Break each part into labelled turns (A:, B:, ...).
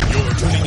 A: plugged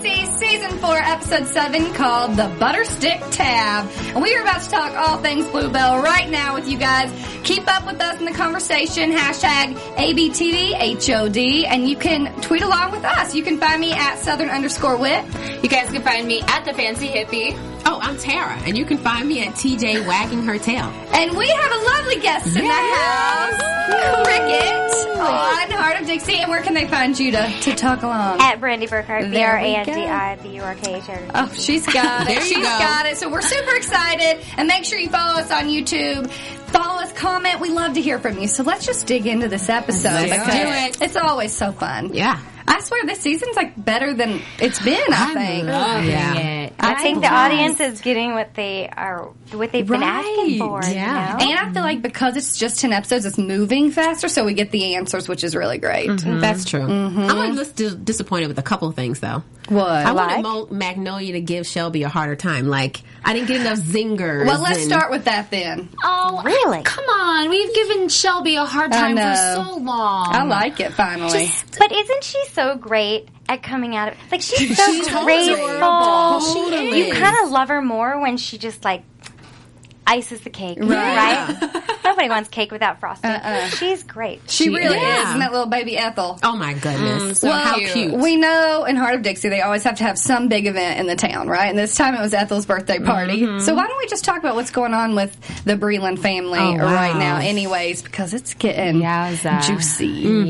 B: Season 4, Episode 7, called The Butter Stick Tab. And we are about to talk all things Bluebell right now with you guys. Keep up with us in the conversation, hashtag ABTVHOD, and you can tweet along with us. You can find me at Southern underscore wit.
C: You guys can find me at the Fancy Hippie.
D: Oh, I'm Tara, and you can find me at TJ wagging her tail.
B: And we have a lovely guest in the house, Cricket, on Heart of Dixie. And where can they find you to, to talk along?
E: At Brandy Burkhardt, B
B: There
E: R
B: we
E: A N D
B: go.
E: I B U R K H R.
B: Oh, she's got it.
D: There you
B: She's
D: go.
B: got it. So we're super excited. And make sure you follow us on YouTube. Follow us, comment. We love to hear from you. So let's just dig into this episode.
D: Let's
B: because
D: do it.
B: It's always so fun.
D: Yeah.
B: I swear this season's like better than it's been, I, think.
D: loving it.
B: Uh,
E: I think the audience is getting what they are, what they've been asking for.
D: Right, yeah.
E: You know?
B: And I feel like because it's just 10 episodes, it's moving faster, so we get the answers, which is really great.
D: That's true. Mm-hmm. I'm a little dis- disappointed with a couple of things, though.
B: Mm-hmm. What?
D: I wanted Mo- Magnolia to give Shelby a harder time. Like, I didn't get enough zingers.
B: well, let's
D: and-
B: start with that then.
C: Oh,
E: Really?
C: Come on, we've given Shelby a hard time
B: I
C: for
B: know.
C: so long.
B: I like it finally.
E: But isn't she so great at coming out of like she's so
D: She's
E: graceful?
D: adorable. She is.
E: you kind of love her more when she just like ices the cake, right? Nobody wants cake without frosting. She's great.
B: she, really
D: yeah.
B: is. Isn't that little baby Ethel?
D: Oh my goodness!
C: Well,
D: how
C: cute.
D: cute!
B: Mm, We know in Heart of Dixie they always have to have some big event in the town, right? And this time it was Ethel's birthday party.
D: Mm-hmm.
B: So why don't we just talk about what's going on with the Breland family right
D: Oh, wow.
B: now, anyways, because it's getting
F: Yowza.
B: juicy.
D: Mm.
C: Hmm.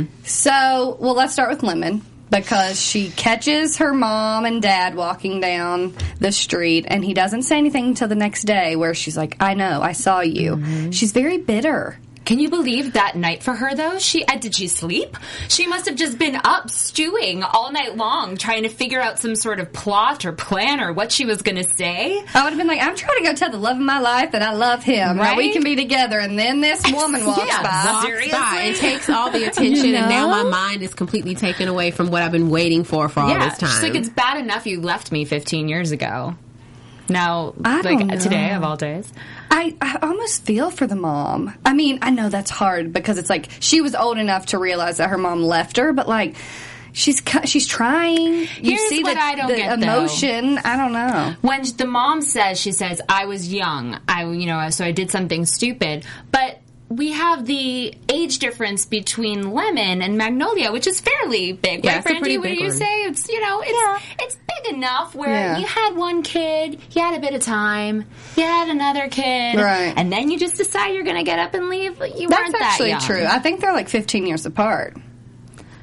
F: Yeah.
B: So, well, let's start with Lemon because she catches her mom and dad walking down the street and he doesn't say anything until the next day where she's like, I know, I saw you.
D: Mm-hmm.
B: She's very bitter.
C: Can you believe that night for her though? She uh, did she sleep? She must have just been up stewing all night long trying to figure out some sort of plot or plan or what she was going to say.
B: I would have been like, I'm trying to go tell the love of my life that I love him, right? We
C: Right?
B: can be together. And then this woman walks by.
D: walks by. It takes all the attention, and now my mind is completely taken away from what I've been waiting for for all this time.
C: she's like it's bad enough you left me 15 years ago. Now,
B: I
C: like
B: don't know.
C: today of all days.
B: I, I almost feel for the mom. I mean, I know that's hard because it's like she was old enough to realize that her mom left her, but like she's cu- she's trying. You
C: Here's
B: see
C: what
B: the,
C: I don't
B: the
C: get, though.
B: emotion. I don't know.
C: when the mom says she says i was young i you know so i did something stupid but we have the age difference between lemon and magnolia which is fairly big
D: Yeah,
C: right
D: it's a
C: brandy
D: pretty
C: what do
D: big
C: you
D: one.
C: say it's you know it's it's big enough where
B: Yeah.
C: you had one kid you had a bit of time you had another kid
B: Right.
C: and then you just decide you're gonna get up and leave but you
B: That's
C: weren't that
B: actually
C: young.
B: true. I think they're like 15 years apart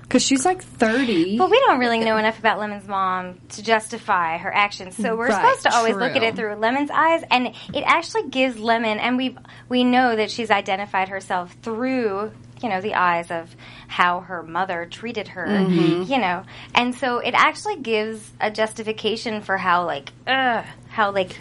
B: because she's like 30.
E: But we don't really know enough about Lemon's mom to justify her actions, so we're
B: Right,
E: supposed to always look at
C: true.
E: it through Lemon's eyes, and it actually gives Lemon, and we we know that she's identified herself through you know the eyes of how her mother treated her,
B: Mm-hmm.
E: you know, and so it actually gives a justification for how like ugh, how like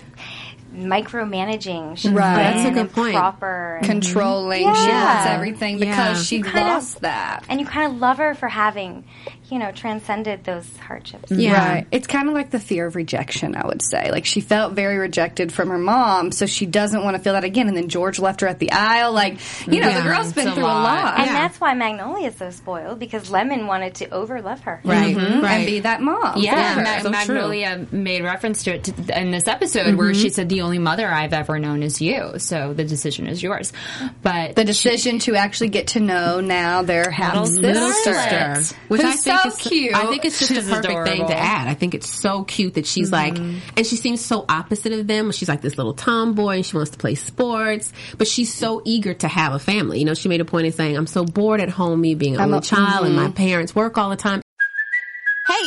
E: micromanaging she's
B: Right.
E: been
B: That's a
E: and
D: good point.
E: proper and-
B: Controlling, she
E: Yeah.
B: wants everything because she
E: kind of-
B: lost that.
E: and you kind of love her for having, you know, transcended those hardships.
D: yeah,
B: Right. It's kind of like the fear of rejection, I would say. Like she felt very rejected from her mom, so she doesn't want to feel that again. And then George left her at the aisle. Like, you know, the
D: Yeah,
B: girl's
C: it's
B: been
C: a
B: through a
C: lot.
B: lot.
E: And that's why Magnolia is so spoiled because Lemon wanted to overlove her.
D: right, right.
B: Mm-hmm. And be that mom.
C: Yeah,
B: for her.
C: Mag-
D: so true. Mm-hmm.
C: Magnolia made reference to it t in this episode where she said, "The only mother I've ever known is you, so the decision is yours." But
B: The decision to actually get to know now their half
C: Little
B: sister,
C: sister.
B: which
D: Which
B: who's
D: I think
B: so
D: is,
B: cute.
D: I think it's just
C: She's
D: a perfect thing
C: adorable.
D: to add. I think it's so cute that she's like, and she seems so opposite of them. She's like this little tomboy and she wants to play sports, but she's so eager to have a family. You know, she made a point in saying, I'm so bored at home, me being an only child and my parents work all the time.
G: Hey,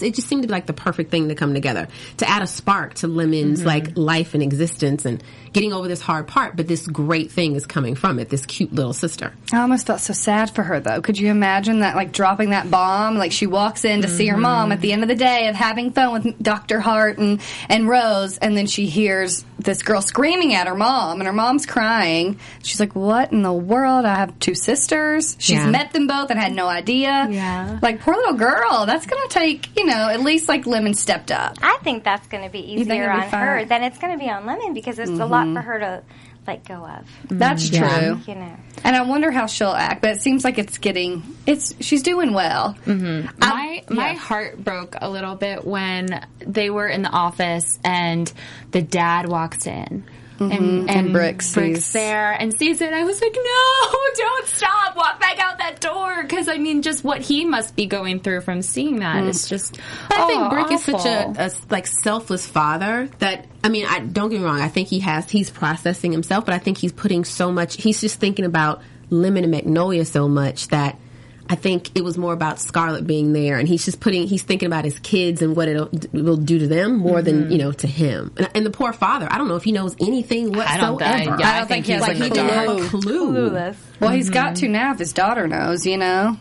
D: It just seemed to be like the perfect thing to come together to add a spark to Lemon's like life and existence and getting over this hard part, but this great thing is coming from it. This cute little sister.
B: I almost felt so sad for her though. Could you imagine that, like dropping that bomb? Like she walks in to see her mom at the end of the day of having fun with Dr. Hart and, and Rose, and then she hears this girl screaming at her mom, and her mom's crying. She's like, What in the world? I have two sisters. She's
D: Yeah.
B: met them both and had no idea. Yeah. Like, poor little girl. That's going to take, you know, at least like Lemon stepped up.
E: I think that's going to be
B: think
E: easier
B: it'll be
E: on her
B: fine?
E: than it's going to be on Lemon because it's a lot for her to let go of. Um,
B: That's true.
E: You know.
B: And I wonder how she'll act, but it seems like it's getting, it's, she's doing well.
C: my
D: um,
C: my heart broke a little bit when they were in the office and the dad walks in.
D: Mm-hmm.
C: And, and
B: Brooke sees-
C: Brooke's there and sees it. I was like, no, don't stop. Walk back out that door. Because, I mean, just what he must be going through from seeing that is just.
D: Mm. I think
C: oh,
D: Brick is such a,
C: awful.
D: a s- like selfless father that I mean, I don't get me wrong. I think he has he's processing himself, but I think he's putting so much. He's just thinking about Lemon and Magnolia so much that I think it was more about Scarlet being there, and he's just putting he's thinking about his kids and what it'll, it will do to them more
C: Mm-hmm.
D: than you know to him. And, and the poor father, I don't know if he knows anything
C: I
D: whatsoever.
C: don't think- yeah, I I don't think think he he's has
D: like
C: in
D: he
C: the
D: didn't have a
C: dark.
D: clue.
E: Clueless.
B: Well, he's got
C: Mm-hmm.
B: to now if his daughter knows, you know?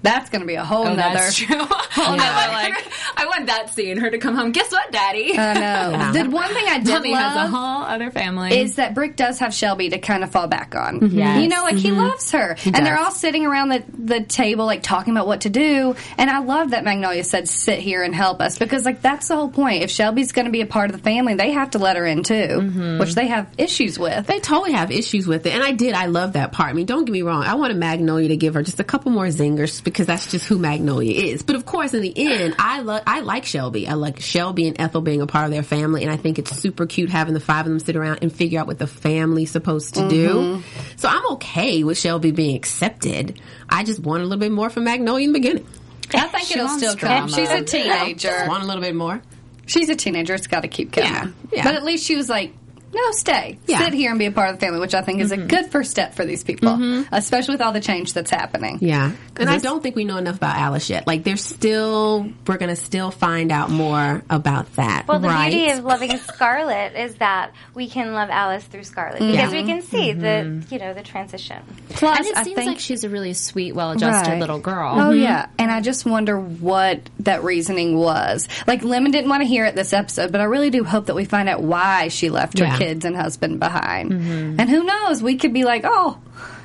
B: That's going to be a whole
C: Oh,
B: nother.
C: that's true. I, want her- I want that scene. Her to come home. Guess what, Daddy?
B: I know. The one thing I did
C: Mommy
B: love
C: has a whole other family.
B: is that Brick does have Shelby to kind of fall back on.
C: Mm-hmm. Yes.
B: You know, like he loves her. and they're all sitting around the, the table, like talking about what to do. And I love that Magnolia said, sit here and help us because, like, that's the whole point. If Shelby's going to be a part of the family, they have to let her in too,
C: Mm-hmm.
B: which they have issues with.
D: They totally have issues with it. And I did. I love that part. I mean, don't get me wrong. I wanted Magnolia to give her just a couple more zingers because that's just who Magnolia is. But of course, in the end, I love, I like Shelby. I like Shelby and Ethel being a part of their family. And I think it's super cute having the five of them sit around and figure out what the family's supposed to do. So I'm okay with Shelby being accepted. I just want a little bit more from Magnolia in the beginning.
B: I think it'll
C: wants
B: still come.
C: drama.
B: She's a teenager.
D: Want a little bit more.
B: She's a teenager. It's got to keep going.
D: Yeah, yeah.
B: But at least she was like, no, stay.
D: Yeah. Mm-hmm.
B: Sit here and be a part of the family, which I think is a good first step for these people, especially with all the change that's happening.
D: Yeah. And I don't think we know enough about Alice yet. Like, there's still, we're going to still find out more about that.
E: Well, the
D: right?
E: beauty of loving Scarlet is that we can love Alice through Scarlet
B: Mm-hmm.
E: because we can see the you know the transition.
B: Plus,
C: and it
B: I
C: seems
B: think,
C: like she's a really sweet, well-adjusted
B: Right.
C: little girl. Mm-hmm.
B: Oh yeah, and I just wonder what that reasoning was. Like Lemon didn't want to hear it this episode, but I really do hope that we find out why she left her
D: Yeah.
B: kids and husband behind.
C: Mm-hmm.
B: And who knows, we could be like, oh,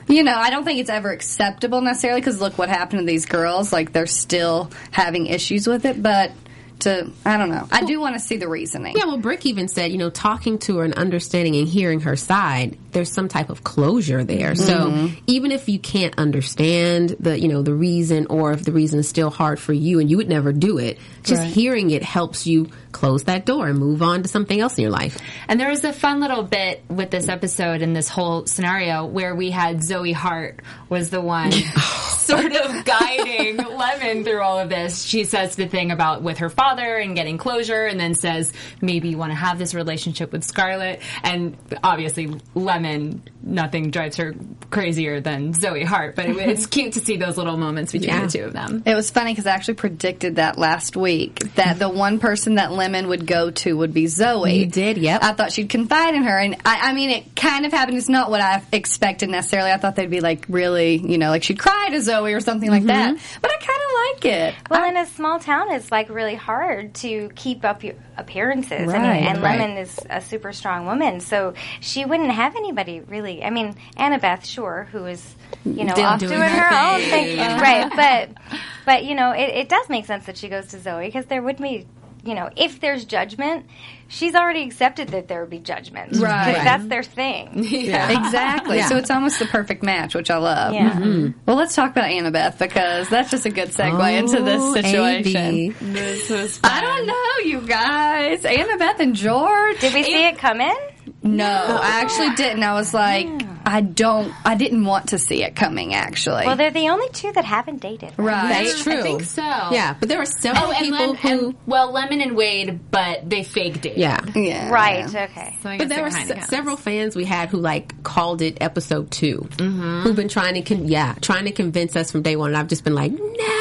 B: you know, I don't think it's ever acceptable necessarily because look what happened to these girls. Like they're still having issues with it, but to I don't know. I do want to see the reasoning.
D: Yeah, well, Brick even said, you know, talking to her and understanding and hearing her side, there's some type of closure there. So
C: Mm-hmm.
D: even if you can't understand the, you know, the reason or if the reason is still hard for you and you would never do it, just hearing it helps you close that door and move on to something else in your life.
C: And there was a fun little bit with this episode and this whole scenario where we had Zoe Hart was the one sort of guiding Lemon through all of this. She says the thing about with her father and getting closure and then says, maybe you want to have this relationship with Scarlett. And obviously, Lemon, nothing drives her crazier than Zoe Hart, but it, it's cute to see those little moments between
D: Yeah.
C: the two of them.
B: It was funny because I actually predicted that last week that the one person that Lemon would go to would be Zoe.
D: You did, yep.
B: I thought she'd confide in her, and I, I mean, it kind of happened. It's not what I expected necessarily. I thought they'd be like really, you know, like she'd cry to Zoe or something like that.
D: Mm-hmm.
B: But I kind of like it.
E: Well, in a small town, it's like really hard to keep up your appearances. I
B: Right,
E: mean, and
B: right.
E: Lemon is a super strong woman, so she wouldn't have anybody really. I mean, Annabeth, sure, who is you know off
C: doing
E: doing her
C: her
E: own thing, right? But but you know, it, it does make sense that she goes to Zoe because there would be you know, if there's judgment, she's already accepted that there would be judgment. 'Cause
B: Right.
E: That's their thing.
B: Exactly. So it's almost the perfect match, which I love.
E: Yeah.
B: Well, let's talk about Annabeth because that's just a good segue into
D: Oh,
B: this situation.
D: AB.
C: This was
B: I don't know, you guys. Annabeth and George.
E: Did we see it coming?
B: No, I actually didn't. I was like, I don't. I didn't want to see it coming. Actually,
E: Well, they're the only two that haven't dated.
B: right.
D: That's true.
C: I think so.
D: Yeah, but there were several
C: Oh, and,
D: people
C: Lem-
D: who.
C: and well, Lemon and Wade, but they faked it.
D: yeah.
B: Yeah.
E: Right. Okay.
C: So I guess
D: But there
C: it
D: were
C: kinda
D: se-
C: counts.
D: several fans we had who like called it episode 2 mm-hmm. who've been trying to con- yeah trying to convince us from day one. And I've just been like,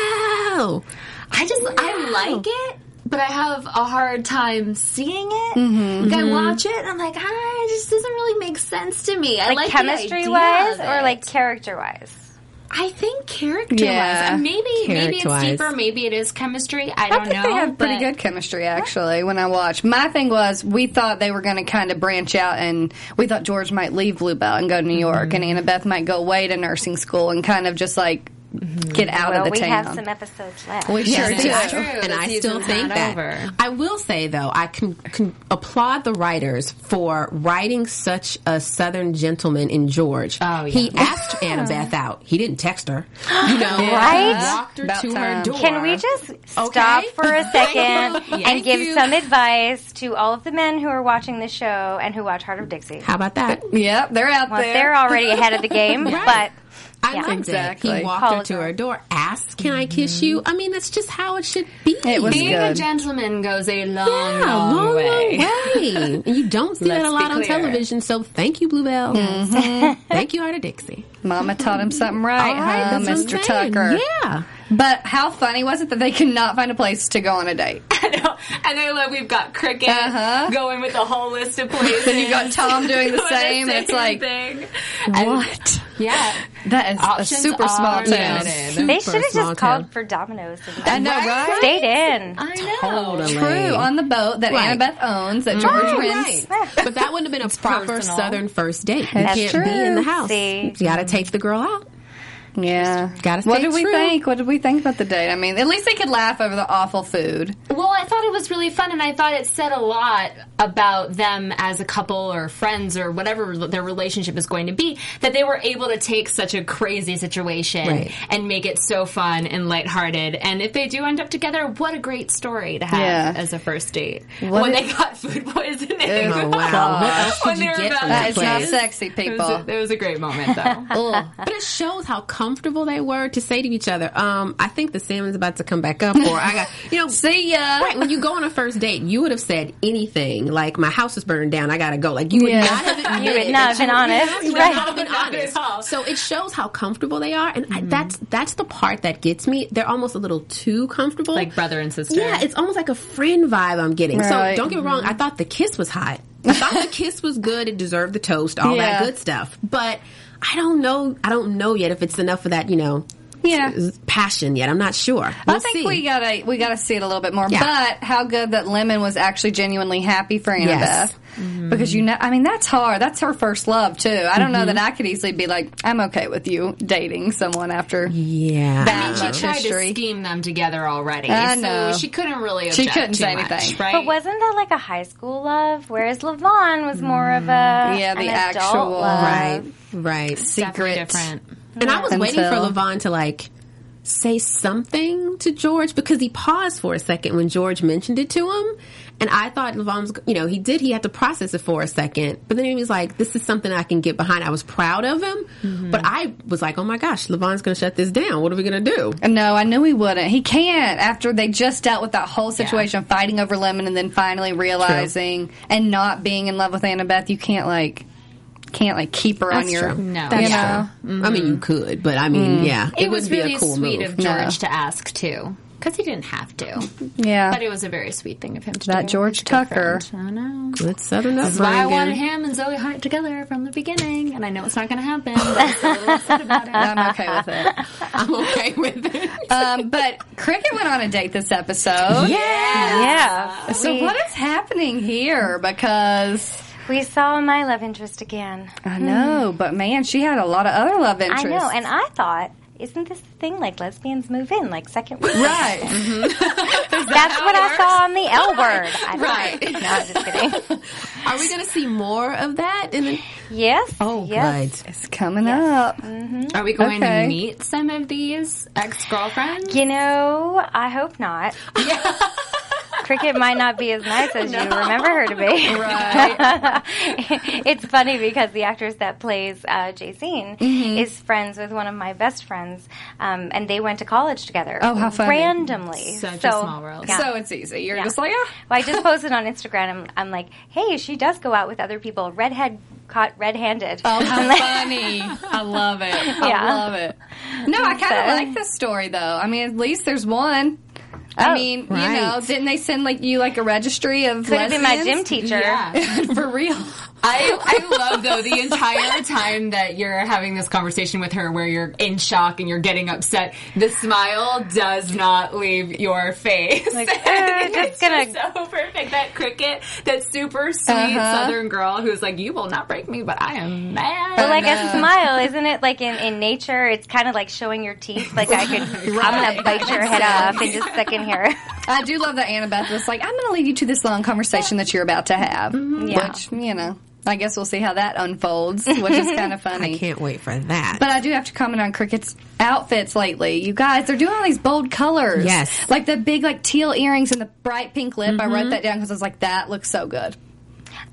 D: no,
C: I just I like it, but I have a hard time seeing it.
B: Mm-hmm,
C: Like I watch it, and I'm like, ah, it just doesn't really make sense to me. I like,
E: Like,
C: the
E: chemistry
C: idea
E: wise
C: of
E: or
C: it.
E: like character wise?
C: I think character wise,
B: Yeah.
C: maybe maybe it's
D: Character-wise.
C: deeper, maybe it is chemistry. I
B: I
C: don't
B: think
C: know.
B: they have pretty
C: but-
B: good chemistry actually. When I watched, my thing was we thought they were going to kind of branch out, and we thought George might leave Bluebell and go to New York, and Annabeth might go away to nursing school and kind of just like get out
E: Well,
B: of the
E: we
B: town.
E: have some episodes left.
B: we sure
D: Yes,
B: do.
D: I-
C: true.
D: And
C: The
D: I still
C: season's
D: think
C: not
D: that.
C: over.
D: I will say though, I can, can applaud the writers for writing such a Southern gentleman in George.
C: Oh, yeah.
D: He asked Annabeth out. He didn't text her. You know,
E: Right?
D: He walked her
B: About
D: to
B: time.
D: her door.
E: Can we just stop for a second and
D: Thank
E: give
D: you.
E: some advice to all of the men who are watching the show and who watch Heart of Dixie?
D: How about that?
B: Yep, they're out
E: Well,
B: there.
E: they're already ahead of the game,
D: Right.
E: but
D: I
E: Yeah.
D: loved it.
B: Exactly.
D: He walked her
E: Called
D: to
E: her.
D: her door, asked, "Can I kiss you?"
C: Mm-hmm.
D: I mean, that's just how it should be.
B: It was
C: Being a
B: good.
C: gentleman goes a long,
D: Yeah,
C: long, way.
D: way. and you don't see that
C: Let's
D: a
C: be
D: lot on
C: clear. Mm-hmm.
D: television. So thank you, Bluebell. thank you, Arta Dixie.
B: Mama taught him something right,
D: All right,
B: huh,
D: that's what
B: Mr.
D: I'm saying.
B: Tucker?
D: Yeah.
B: But how funny was it that they could not find a place to go on a date?
C: and I love we've got cricket
B: Uh-huh.
C: going with the whole list of places.
B: Then you got Tom doing the
C: Doing
B: same, and it's like,
C: thing.
B: what?
C: Yeah,
B: That is
C: Options
B: a super small
C: are
B: town.
C: limited.
E: they
D: Super
E: should have
D: small
E: just called
D: town.
E: for Domino's and
B: I know, right?
E: stayed in.
C: I know.
D: Totally.
B: Crew on the boat that
D: Right. Mm. Oh,
B: Annabeth owns that George wins.
D: Right. but that wouldn't have been a proper
C: personal.
D: Southern first date. You
B: That's
D: can't
B: true.
D: be in the house.
E: See.
D: You got to take the girl out.
B: Yeah.
D: Gotta
B: what
D: stay
B: did we
D: true.
B: think? What did we think about the date? I mean, at least they could laugh over the awful food.
C: Well, I thought it was really fun, and I thought it said a lot about them as a couple or friends or whatever their relationship is going to be that they were able to take such a crazy situation
D: Right.
C: and make it so fun and lighthearted. And if they do end up together, what a great story to have
B: Yeah.
C: as a first date
B: What
C: when
B: a-
C: they got food poisoning.
D: Oh, wow. What else could
C: When
D: you
C: they were
D: get
C: about
D: from
C: to
D: that
B: That is not
D: place?
B: sexy,
C: It was,
B: people.
C: a, it was a great moment, though.
B: Ugh.
D: But it shows how comfortable they were to say to each other, um, I think the salmon's about to come back up, or I got, you know,
B: See ya.
D: Right, when you go on a first date, you would have said anything like "My house is burning down, I gotta go." Like you would
B: Yeah.
D: not have admitted
E: You would not have been honest.
D: You would
E: Right.
D: not have been honest. So it shows how comfortable they are, and I,
B: Mm-hmm.
D: that's that's the part that gets me. They're almost a little too comfortable,
C: Like brother and sister.
D: Yeah, it's almost like a friend vibe I'm getting.
B: Right.
D: So don't get me wrong, I thought the kiss was hot. I thought the kiss was good. It deserved the toast, all
B: Yeah.
D: that good stuff. But I don't know. I don't know yet if it's enough for that. You know.
B: Yeah.
D: Passion yet. I'm not sure.
B: I
D: We'll
B: think
D: see.
B: we gotta we gotta see it a little bit more.
D: Yeah.
B: But how good that Lemon was actually genuinely happy for Annabeth
D: Yes. Mm-hmm.
B: because you know I mean that's hard. That's her first love too. I don't know that
D: Mm-hmm.
B: I could easily be like I'm okay with you dating someone after.
D: Yeah.
C: I mean,
B: love
C: she tried
B: history.
C: to scheme them together already,
B: I know.
C: so she couldn't really.
B: She
C: object
B: couldn't
C: too
B: say
C: much,
B: anything.
C: right?
E: But wasn't that like a high school love? Whereas Levon was more of a
B: Mm. Yeah, the
E: an
B: actual-
E: adult love.
D: Right. Right.
C: Definitely
B: secret.
C: different?
D: And I was waiting for
B: Until-
D: Levon to like say something to George because he paused for a second when George mentioned it to him. And I thought Levon's, you know, he did, he had to process it for a second. But then he was like, this is something I can get behind. I was proud of him.
C: Mm-hmm.
D: But I was like, oh my gosh, Levon's going to shut this down. What are we going to do?
B: No, I knew he wouldn't. He can't after they just dealt with that whole situation, fighting over Lemon, and then finally realizing and not being in love with Annabeth. You can't like can't like keep her on
D: That's
B: your
D: true.
C: No.
D: That's
B: you know.
D: true. I mean, you could, but I mean, yeah, it,
C: Mm. It, was
D: would be
C: really
D: a cool
C: sweet
D: move.
C: of George
B: No.
C: to ask too, because he didn't have to.
B: Yeah.
C: But it was a very sweet thing of him to do.
B: that George Tucker.
C: I know.
D: Let's settle
C: That's why I
D: that.
C: wanted him and Zoe Hart together from the beginning, and I know it's not going to happen. But I'm so upset about it.
B: I'm okay with it.
D: I'm okay with it.
B: Um, but Cricket went on a date this episode.
E: Yeah.
B: So
E: we,
B: what is happening here? Because Hmm.
E: we saw my love interest again.
B: I know, but man, she had a lot of other love interests.
E: I know, and I thought isn't this the thing? Like lesbians move in, like second week.
B: Right.
E: That's what I saw on the L word. I don't
B: Right.
E: know. No, I'm just kidding.
D: Are we going to see more of that? In the-
E: Yes.
D: oh,
E: yes.
D: good.
B: It's coming up. Mm-hmm.
C: Are we going
B: Okay.
C: to meet some of these ex girlfriends?
E: You know, I hope not. Cricket might not be as nice as you remember her to be. it's funny because the actress that plays uh, Jayceen is friends with one of my best friends, um, and they went to college together.
B: Oh, how funny.
E: Randomly.
C: Such a
E: So,
C: small world.
E: yeah.
B: So it's easy. You're just like, ah.
E: Well, I just posted on Instagram. I'm, I'm like, hey, she does go out with other people. Redhead caught red-handed.
B: Oh, how funny. I love it. I
E: Yeah.
B: love it. No, I kind of
E: So-
B: like this story, though. I mean, at least there's one. I
E: Oh,
B: mean, you
D: right.
B: know, didn't they send like you like a registry of
E: Could have been my gym
B: lesbians?
E: teacher.
B: for real?
C: I, I love though the entire time that you're having this conversation with her where you're in shock and you're getting upset, the smile does not leave your face.
E: Like, uh, just gonna Uh-huh.
C: It's so perfect. That cricket, that super sweet southern girl who's like, You will not break me, but I am mad.
E: But like
B: no.
E: a smile, isn't it? Like in, in nature, it's kind of like showing your teeth. Like I could, I'm gonna bite your head off in just a second here.
B: I do love that Annabeth was like, I'm going to leave you to this long conversation that you're about to have.
E: Yeah.
B: Which, you know, I guess we'll see how that unfolds, which is kind of funny.
D: I can't wait for that.
B: But I do have to comment on Cricket's outfits lately. You guys, they're doing all these bold colors.
D: Yes.
B: Like the big, like teal earrings and the bright pink lip. I
E: Mm-hmm.
B: wrote that down because I was like, that looks so good.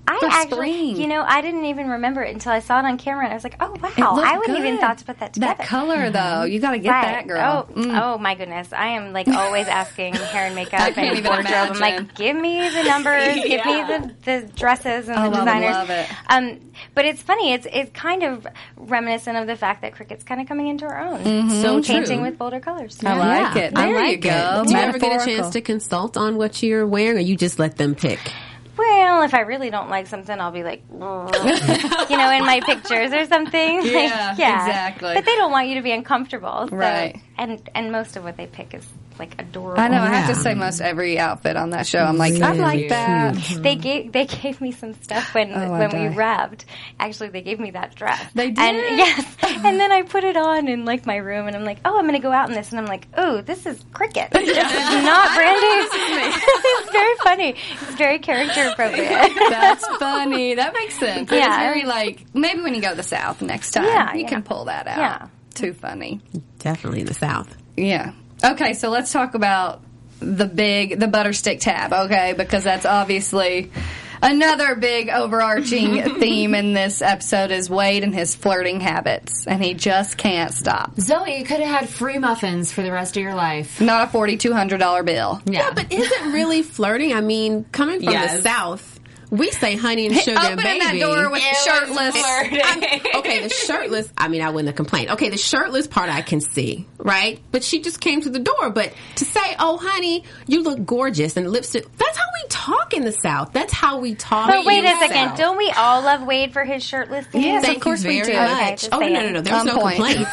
E: I
B: For
E: actually,
B: spring.
E: you know, I didn't even remember it until I saw it on camera, and I was like, oh
B: It
E: wow,
B: looked
E: I wouldn't even
B: good.
E: thought to put that together.
B: That
D: Mm-hmm.
B: color, though, you got to get
E: Right.
B: that, girl. Mm.
E: Oh, oh my goodness! I am like always asking hair and makeup
B: I can't
E: and
B: even
E: wardrobe. I'm
B: imagine.
E: like, give me the numbers, give me the, the dresses and
B: Oh, I
E: the
B: would
E: designers.
B: love it.
E: Um, but it's funny. It's it's kind of reminiscent of the fact that Crickett's kind of coming into her own,
B: Mm-hmm.
D: so true.
E: painting with bolder colors.
B: I like it.
D: I
B: There you
D: like
B: go.
D: it. Do you ever get a
B: Metaphorical.
D: chance to consult on what you're wearing, or you just let them pick?
E: well, if I really don't like something, I'll be like, you know, in my pictures or something. Like,
B: Yeah,
E: yeah.
B: exactly.
E: But they don't want you to be uncomfortable, so-
B: Right.
E: And and most of what they pick is like adorable.
B: I know. I have to
D: Yeah.
B: say, most every outfit on that show, I'm like, I like that.
E: They gave they gave me some stuff when
B: Mm. Oh, I
E: when
B: die.
E: we wrapped. Actually, they gave me that dress.
B: They
E: And
B: did?
E: yes, and then I put it on in like my room, and I'm like, oh, I'm gonna go out in this, and I'm like, oh, this is cricket. This is not Brandy. this is very funny. It's very character appropriate.
B: That's funny. That makes sense. Yeah. It's
E: Yeah.
B: very like maybe when you go to the South next time,
E: Yeah,
B: you
E: yeah.
B: can pull that out.
E: Yeah.
B: Too funny.
D: Definitely in the South.
B: Yeah. Okay, so let's talk about the big the butter stick tab, okay? Because that's obviously another big overarching theme in this episode is Wade and his flirting habits, and he just can't stop.
C: Zoe, Oh, you could have had free muffins for the rest of your life.
B: Not a forty two hundred dollar bill.
C: Yeah.
D: But is it really flirting? I mean, coming from
C: Yes.
D: the South, we say honey and sugar and
B: Opening
D: baby.
B: that door with shirtless.
D: okay, the shirtless, I mean, I wouldn't have complained. Okay, the shirtless part I can see, right? But she just came to the door. But to say, oh, honey, you look gorgeous and lipstick, that's how we talk in the South. That's how we talk.
E: But wait
D: in
E: a
D: the
E: second!
D: South.
E: Don't we all love Wade for his shirtlessness?
B: Yes,
D: Thank
B: of course
D: you
B: we
D: very
B: do.
E: Okay,
D: Much.
E: just
D: oh, no, no,
E: saying.
D: no. There was
B: On
D: no
B: point.
D: complaints.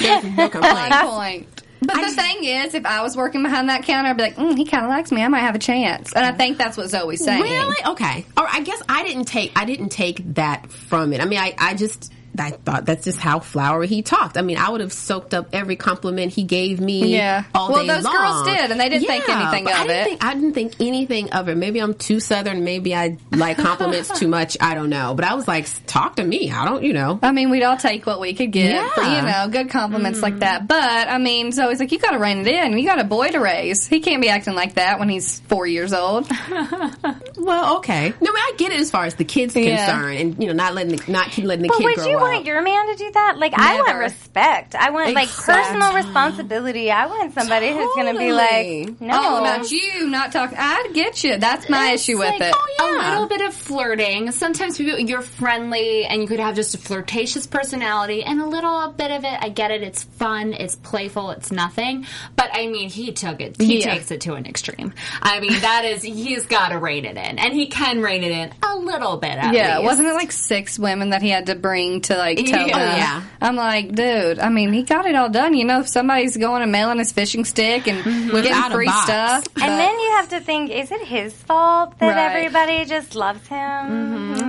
D: There's no complaints.
B: point. But the thing is, if I was working behind that counter, I'd be like, mm, he kind of likes me. I might have a chance. And I think that's what Zoe's saying.
D: Really? Okay. Or I guess I didn't take I didn't take that from it. I mean, I I just I thought that's just how flowery he talked. I mean, I would have soaked up every compliment he gave me.
B: Yeah.
D: All
B: Well,
D: day
B: those
D: long.
B: girls did, and they didn't think
D: Yeah,
B: anything
D: but I
B: of
D: didn't
B: it.
D: Think, I didn't think anything of it. Maybe I'm too southern. Maybe I like compliments too much. I don't know. But I was like, talk to me. I don't. You know.
B: I mean, we'd all take what we could get,
D: Yeah. Mm.
B: for, you know, good compliments like that. But I mean, so he's like, you got to rein it in. You got a boy to raise. He can't be acting like that when he's four years old.
D: Well, okay. No, I, mean, I get it as far as the kids
B: Yeah.
D: concerned, and you know, not letting the, not keep letting the
E: But
D: kid
E: would
D: grow
E: you
D: up.
E: want your man to do that? Like, I want
B: Never.
E: respect. I want like personal
B: Exactly.
E: responsibility. I want somebody who's going to be
D: Totally.
E: like, no,
B: All about you, not talking. I get you. That's my
C: It's
B: issue with
C: like
B: it.
D: oh,
C: A little bit of flirting. Sometimes people, you're friendly and you could have just a flirtatious personality and a little bit of it. I get it. It's fun. It's playful. It's nothing. But I mean, he took it. He
B: Yeah.
C: takes it to an extreme. I mean, that is, he's got to rein it in. And he can rein it in a little bit at
B: Yeah,
C: least.
B: wasn't it like six women that he had to bring to like tell
C: Yeah. Oh,
B: them?
D: yeah.
B: I'm like, dude. I mean, he got it all done. You know, if somebody's going and mailing his fishing stick and
D: Mm-hmm. Without
B: getting
D: a
B: free
D: box.
B: stuff, but-
E: And then you have to think, is it his fault that
B: Right. Mm-hmm.
E: everybody just loves him?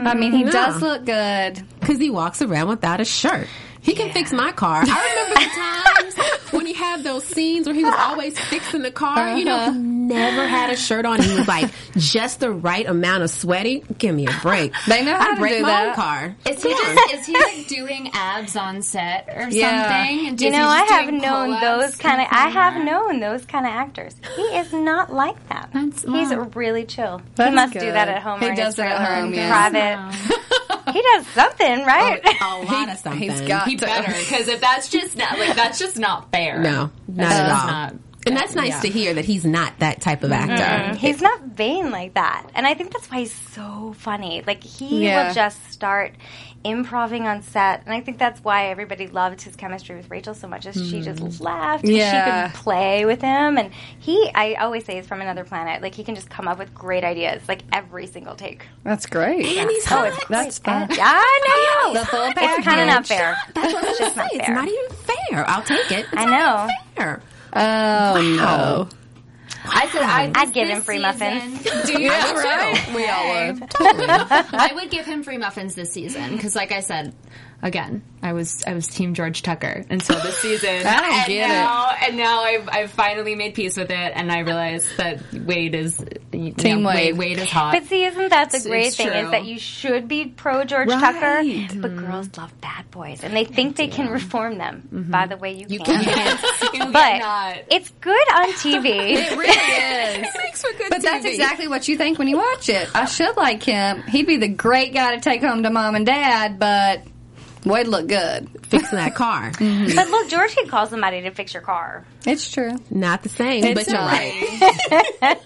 B: I mean, he
D: Mm-hmm. Yeah.
B: does look good.
D: Because he walks around without a shirt. He He can fix my car. I remember the times when he had those scenes where he was always fixing the car. You know, he never had a shirt on. He was like just the right amount of sweaty. Give me a break.
B: They know how
D: I'd
B: to
D: break
B: do
D: my own
B: that.
D: car.
C: Is he just, is he like doing abs on set or
B: Yeah.
C: something? And
E: You
C: is he
E: know, I
C: just
E: have
C: doing
E: known
C: pull-ups?
E: those kind
C: Something
E: of. I
C: like
E: have
C: that?
E: known those kind of actors. He is not like that.
C: That's-
E: He's
C: wow.
E: really chill.
B: That's
E: he must do
B: good.
E: that at home.
B: He
E: or in
B: does
E: his
B: that at
E: real
B: home, yeah.
E: private. he does something, right?
B: Oh,
D: A lot of something.
B: He's got
C: He
B: to.
C: better because if that's just not like that's just not fair.
D: no, not
C: That's
D: at all.
C: not-
D: and that's nice
C: yeah.
D: to hear that he's not that type of actor.
E: He's not vain like that. And I think that's why he's so funny. Like, he
B: Yeah.
E: will just start improving on set. And I think that's why everybody loved his chemistry with Rachel so much, is she just laughed. and
B: Yeah.
E: She could play with him. And he, I always say, is from another planet. Like, he can just come up with great ideas, like, every single take.
B: That's great.
D: And he's
E: Oh,
D: hot.
E: it's-
B: That's fun.
E: Yeah, I know.
B: The full
E: It's kind of not
B: package.
E: fair.
D: That's what I was
E: It's just
D: gonna
E: not
D: say. It's
E: fair.
D: not e- even fair. I'll take it. It's
E: I
D: not
E: know.
D: even fair.
B: Oh,
D: Wow.
C: I said I,
E: I'd give
C: Um, this
E: him
C: season-
E: free muffins.
C: Do you
B: Yeah,
C: know?
B: right? We all would.
C: I would give him free muffins this season because, like I said, again, I was I was Team George Tucker until this season.
B: I don't
C: and
B: get it.
C: now, it. And now I've I've finally made peace with it, and I realize that Wade is you
B: Team
C: know, Wade.
B: Wade.
C: Wade is hot.
E: But see, isn't that the great
C: it's
E: thing? Is
C: true.
E: that you should be pro George
D: Right.
E: Tucker, but girls
B: Mm-hmm.
E: love bad boys, and they think they can reform them. By the way, you, can.
C: You
E: But
C: cannot.
E: it's good on TV.
B: It really is.
D: Thanks for good
B: But that's exactly what you think when you watch it. I should like him. He'd be the great guy to take home to mom and dad, but Wade look good.
D: fixing that car.
E: but look, George can call somebody to fix your car.
B: It's true.
D: Not the same,
B: It's
D: but you're
B: not.
D: right.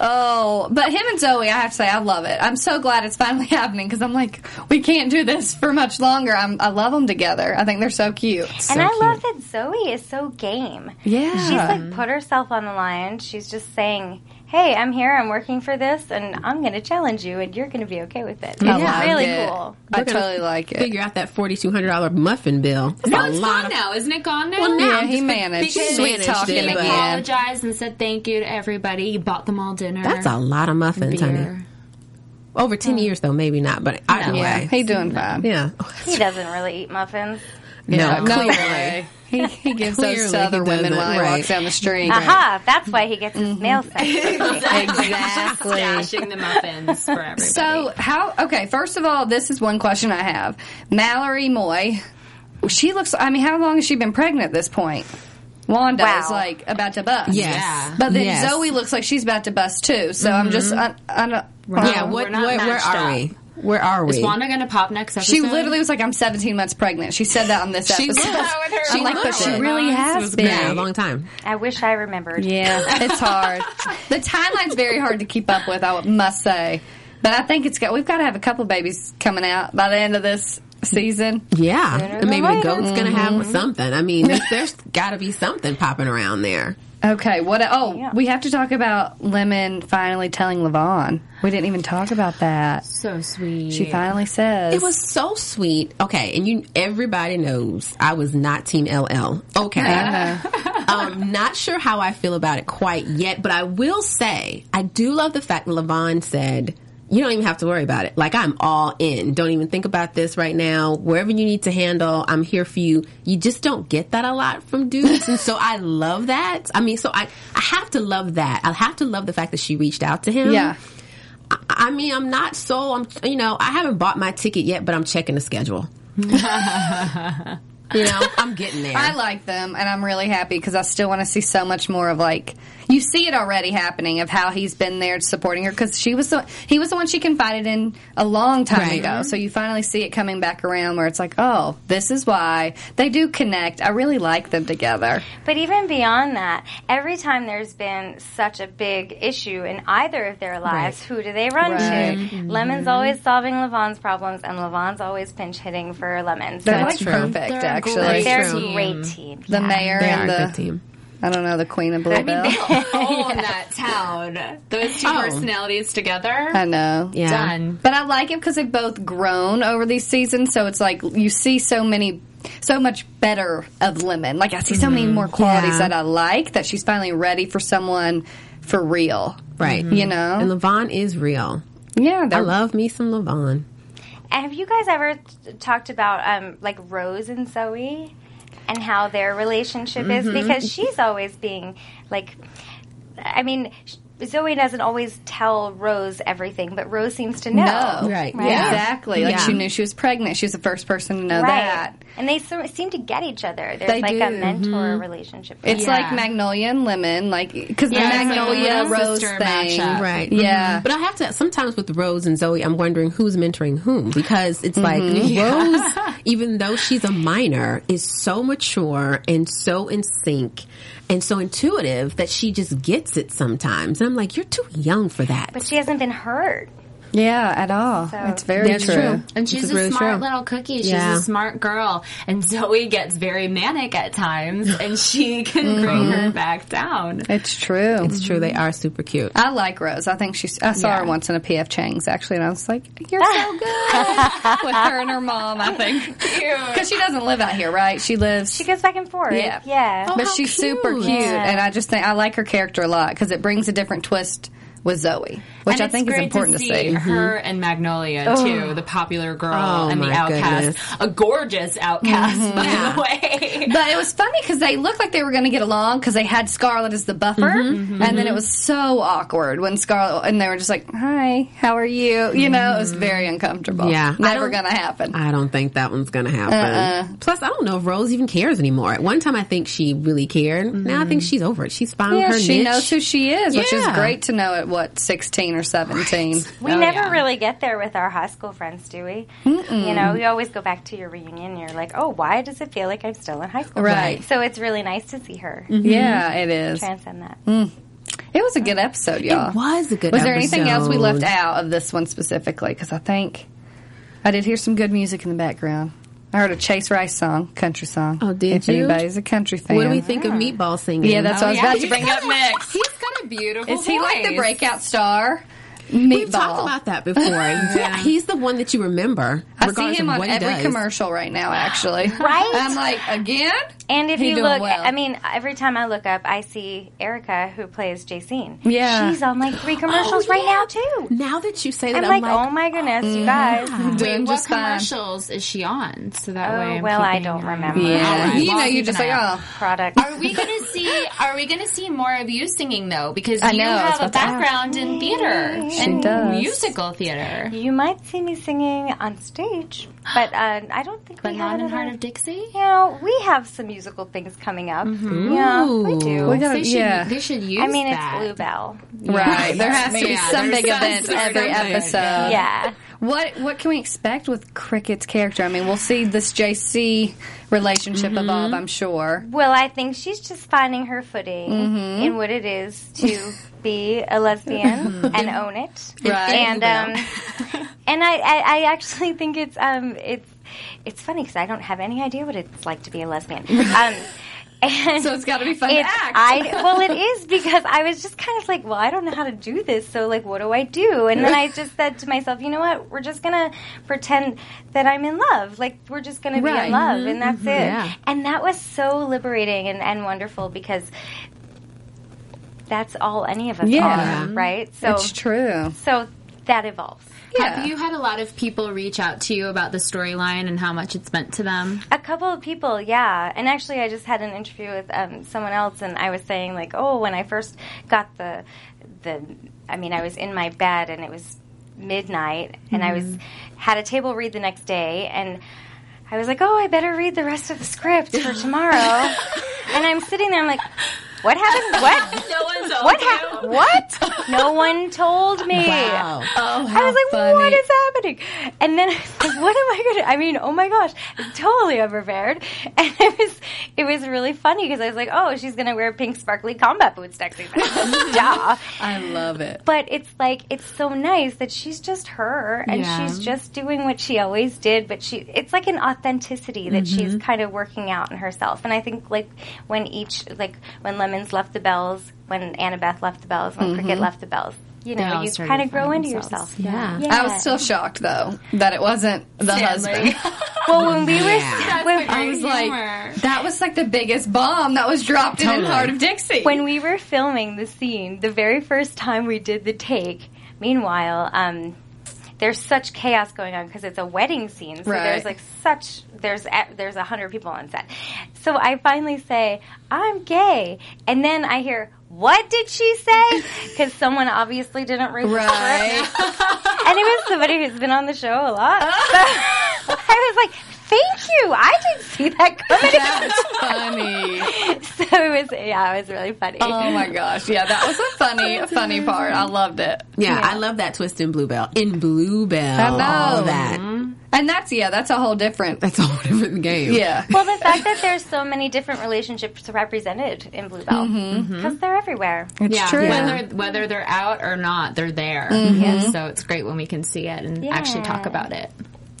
B: Oh, but him and Zoe, I have to say, I love it. I'm so glad it's finally happening because I'm like, we can't do this for much longer. I'm, I love them together. I think they're so cute.
E: and I love that Zoe is so game.
B: Yeah.
E: She's like put herself on the line. She's just saying, "Hey, I'm here. I'm working for this, and I'm going to challenge you, and you're going to be okay with it." It's
B: I
E: really
B: like it.
E: cool.
B: I
D: We're gonna
B: totally like it.
D: Figure out that forty two hundred dollar muffin bill.
C: no,
D: a
C: it's
D: lot
C: gone
D: of
C: now, isn't it gone now?
D: Well, now
B: Yeah,
D: I'm
B: he
D: just-
B: managed.
D: because
B: Sweet
D: he managed
B: talking
D: it,
C: and
D: but
B: again.
C: apologized and said thank you to everybody. He bought them all dinner.
D: That's a lot of muffins, honey.
C: beer.
D: Over ten years though, maybe not, but either
C: No.
B: yeah,
D: way,
B: he doing fine.
D: yeah,
E: He doesn't really eat muffins.
D: no,
B: No
D: clearly.
B: way. He, he gives
D: Clearly
B: those to other
D: he
B: women
D: doesn't,
B: while he
D: right. Uh-huh.
B: walks down the street.
E: Aha! That's why he gets his mail
B: Mm-hmm.
E: sent.
B: Exactly.
C: Stashing the muffins for everybody.
B: So how? Okay, first of all, this is one question I have. Mallory Moy, she looks. I mean, how long has she been pregnant at this point? Wanda is
E: Wow.
B: like about to bust.
D: Yes.
C: Yeah.
B: But then
D: Yes.
B: Zoe looks like she's about to bust too. So I'm just.
D: Mm-hmm.
B: I, I don't,
D: Yeah,
C: We're
D: what,
C: not
D: what, where
C: matched
D: are
C: up.
D: we? Where are we?
C: Is Wanda going to pop next episode?
B: She literally was like, "I'm 17 months pregnant." She said that on this
D: She
B: episode.
D: looks-
B: I'm like, but
D: looks
B: she
D: it.
B: really has been.
D: yeah, a long time.
E: I wish I remembered.
B: Yeah, it's hard. the timeline's very hard to keep up with. I must say, but I think it's got. We've got to have a couple babies coming out by the end of this season.
D: Yeah, and
E: than
D: maybe the
E: later.
D: goat's gonna have something. I mean, there's, there's got to be something popping around there.
B: Okay, what? Oh,
E: Yeah.
B: we have to talk about Lemon finally telling Levon. We didn't even talk about that.
C: so sweet.
B: She finally says
D: It was so sweet. Okay, and you everybody knows I was not Team LL. Okay.
B: Uh-huh.
D: um, not sure how I feel about it quite yet, but I will say I do love the fact that Levon said, "You don't even have to worry about it. Like I'm all in. Don't even think about this right now. Wherever you need to handle, I'm here for you." You just don't get that a lot from dudes, and so I love that. I mean, so I I have to love that. I have to love the fact that she reached out to him.
B: Yeah.
D: I- I mean, I'm not so. I'm you know, I haven't bought my ticket yet, but I'm checking the schedule. you know, I'm getting there.
B: I like them, and I'm really happy because I still want to see so much more of like you see it already happening of how he's been there supporting her because she was the he was the one she confided in a long time
D: Right. Mm-hmm.
B: ago. So you finally see it coming back around where it's like, oh, this is why they do connect. I really like them together.
E: But even beyond that, every time there's been such a big issue in either of their lives, who do they run
B: Right.
E: to?
D: Mm-hmm.
E: Lemon's always solving Levon's problems, and Levon's always pinch hitting for Lemon. So
B: They're
E: it's-
B: like perfect,
C: They're
B: actually.
C: great.
E: they're
D: That's
E: a
D: true.
E: great team.
B: the mayor
D: they are
B: and
D: a
B: the
D: good team.
B: I don't know the queen of Bluebell.
C: own that town. Those two personalities together.
B: I know.
D: Yeah.
C: Done.
B: But I like it because they've both grown over these seasons. So it's like you see so many, so much better of Lemon. Like I see so
C: Mm-hmm.
B: many more qualities
D: Yeah.
B: that I like that she's finally ready for someone for real.
D: Right.
B: Mm-hmm. You know?
D: And Levon is real.
B: yeah.
D: I
B: They're,
D: love me some Levon.
E: And have you guys ever t- talked about um, like Rose and Zoe and how their relationship is? Because she's always being like, I mean, sh- Zoe doesn't always tell Rose everything, but Rose seems to know.
B: No.
D: Right.
E: Right.
D: Yeah.
B: Exactly. Like
D: Yeah.
B: she knew she was pregnant. She was the first person to know
E: Right.
B: that.
E: And they sor- seem to get each other. There's
B: They
E: like a
B: do. Mm-hmm.
E: mentor relationship.
B: It's
C: Yeah.
B: like Magnolia and Lemon, like because
C: Yeah,
B: the
C: it's like a
B: Magnolia
C: little
B: Rose
C: sister
B: thing,
C: matchup.
D: Right. Mm-hmm.
B: Yeah.
D: But I have to, sometimes with Rose and Zoe, I'm wondering who's mentoring whom because it's like
B: Mm-hmm.
D: Rose, even though she's a minor, is so mature and so in sync and so intuitive that she just gets it sometimes. And I'm like, you're too young for that.
E: But she hasn't been hurt.
B: yeah, at all.
E: So-
B: it's very
D: That's
B: true.
D: true.
C: And she's
B: It's
C: a
B: really
C: smart
B: true.
C: little cookie. She's
D: Yeah.
C: a smart girl. And Zoe gets very manic at times, and she can bring her back down.
B: It's true.
D: it's true. They are super cute.
B: I like Rose. I think she's. I saw her once in a PF Chang's actually, and I was like, "You're so good with her and her mom." I think because she doesn't live out here, right? She lives.
E: She goes back and forth.
B: Yeah. Oh.
E: Yeah.
B: but
D: how
B: she's super
D: cute.
B: cute, and I just think I like her character a lot because it brings a different twist with Zoe, which
C: And
B: I
C: it's
B: think is
C: great
B: important to
C: see
B: see.
C: Her and Magnolia
B: oh.
C: too, the popular girl
D: Oh,
C: and the
D: my
C: outcast,
D: goodness.
C: a gorgeous outcast by the way.
B: But it was funny because they looked like they were going to get along because they had Scarlett as the buffer, and then it was so awkward when Scarlett and they were just like, "Hi, how are you?" You know, it was very uncomfortable.
D: Yeah. I
B: never
D: don't-
B: going to happen.
D: I don't think that one's gonna happen.
B: Uh-uh.
D: Plus, I don't know if Rose even cares anymore. At one time, I think she really cared. Now I think she's over it. She's found
B: Mm-hmm. yeah,
D: her
B: she
D: niche.
B: knows who she is, which is
D: Yeah.
B: great to know at what sixteen or seventeen.
E: We
C: Oh,
E: never
C: yeah.
E: really get there with our high school friends, do we? You know, we always go back to your reunion and you're like, oh, why does it feel like I'm still in high school?
B: Right. Mm-hmm.
E: So it's really nice to see her
D: Mm-hmm.
B: Yeah, it is.
E: transcend that.
B: Mm-hmm. It was a good episode, y'all.
D: It was a good.
B: Was there anything else we left
D: episode.
B: out of this one specifically? Because I think I did hear some good music in the background. I heard a Chase Rice song, country song.
D: Oh, did
B: if
D: you?
B: anybody's a country fan.
D: What do we think of Oh, Meatball singing?
B: Yeah, that's what I was
C: yeah,
B: about to
C: he's
B: bring up next.
C: He's got a beautiful
B: Is he like the
C: voice.
B: breakout star?
D: We've talked
B: Meatball.
D: about that before. yeah, he's the one that you remember.
B: I see
D: regardless
B: him
D: of
B: on
D: what
B: every
D: he does.
B: commercial right now. Actually,
E: Right?
B: I'm like again.
E: And if
B: He
E: you
B: doing
E: look,
B: well.
E: I mean, every time I look up, I see Erica who plays Jacine.
B: Yeah.
E: She's on like three commercials
D: Oh,
E: right now,
D: yeah.
E: too.
D: Now that you say that,
E: I'm
D: I'm
E: like, oh my goodness, you guys.
B: doing
C: Wait, what
B: just fine.
C: commercials is she on? So that
E: Oh,
C: way I'm
E: well, I
C: keeping
E: don't
C: an eye on
E: remember.
C: it.
B: Yeah,
C: All right,
B: you
C: well,
B: know,
C: I'll
B: you're
C: keep
B: just
C: an
B: like,
C: eye out.
B: oh,
E: Product.
C: Are we gonna see? Are we gonna see more of you singing though? Because
B: I
C: you
B: know, I was
C: have a
B: about to ask.
C: background in theater and
B: does.
C: musical theater.
E: You might see me singing on stage, but uh, I don't think
C: But
E: we
C: not
E: have
C: in
E: it
C: Heart
E: on-
C: of Dixie.
E: You know, we have some musical things coming up.
B: Mm-hmm.
E: Yeah, we do.
D: Ooh.
B: We gotta-
C: They should,
B: yeah.
C: they should use.
E: I mean, it's
C: that.
E: Bluebell.
B: Right. There has to be
C: Yeah,
B: some
C: there's
B: big
C: some
B: event
C: sort of
B: every
C: something.
B: episode.
E: Yeah.
B: What what can we expect with Cricket's character? I mean, we'll see this JC relationship evolve, I'm sure.
E: Well, I think she's just finding her footing
B: Mm-hmm.
E: in what it is to be a lesbian and own it.
B: Mm-hmm. Right.
E: And um, and I, I, I actually think it's um it's it's funny because I don't have any idea what it's like to be a lesbian. Um, and
B: So it's got to be fun to
E: it's,
B: act.
E: I well, it is because I was just kind of like, well, I don't know how to do this, so like, what do I do? And then I just said to myself, you know what? We're just gonna pretend that I'm in love. Like we're just gonna be
B: Right. Mm-hmm.
E: in love, and that's it.
D: Yeah.
E: And that was so liberating and, and wonderful because that's all any of us
B: Yeah.
E: are, right? So
B: it's true.
E: so that evolves.
B: Yeah.
C: Have you had a lot of people reach out to you about the storyline and how much it's meant to them?
E: A couple of people, yeah. And actually, I just had an interview with um, someone else, and I was saying like, oh, when I first got the the, I mean, I was in my bed, and it was midnight, and I was had a table read the next day, and. I was like, oh, I better read the rest of the script for tomorrow. and I'm sitting there, I'm like, what happened? What?
C: No one's
E: What happened? What? No one told me.
D: Wow.
B: Oh,
E: I was like, what is happening? And then I was like, what am I going to, I mean, oh my gosh, I'm totally unprepared. And it was, it was really funny because I was like, oh, she's going to wear pink sparkly combat boots next week. Duh.
B: I love it.
E: But it's like, it's so nice that she's just her and
C: Yeah.
E: she's just doing what she always did. But she, it's like an authenticity that she's kind of working out in herself. And I think like when each, like when Lemons left the Bells, when Annabeth left the Bells, when Cricket left the Bells, you
C: They
E: know,
C: all
E: you
C: started
E: kind of
C: to
E: grow
C: find
E: into
C: themselves.
E: yourself.
D: Yeah.
B: I was still shocked though that it wasn't the husband.
E: Well, when we were, when,
B: I was like, that was like the biggest bomb that was dropped in
D: Totally.
B: Heart of Dixie.
E: when we were filming the scene, the very first time we did the take. Meanwhile, um, there's such chaos going on because it's a wedding scene. So
B: Right.
E: there's like such there's a- there's a hundred people on set. So I finally say I'm gay, and then I hear. What did she say? Because someone obviously didn't remember.
B: Right.
E: and it was somebody who's been on the show a lot. So I was like, "Thank you. I didn't see that coming."
B: That's funny.
E: so it was, yeah, it was really funny.
B: Oh my gosh. Yeah, that was a funny, funny part. I loved it.
D: Yeah, I love that twist in Bluebell. In Bluebell,
B: I know.
D: all
B: Mm-hmm.
D: that.
B: And that's, yeah, that's a whole different.
D: That's a whole different game.
B: Yeah.
E: Well, the fact that there's so many different relationships represented in Bluebell because
B: Mm-hmm.
E: they're everywhere.
B: It's
C: yeah,
B: true.
C: whether whether they're out or not, they're there.
B: Mm-hmm.
C: Yeah, so it's great when we can see it and actually talk about it.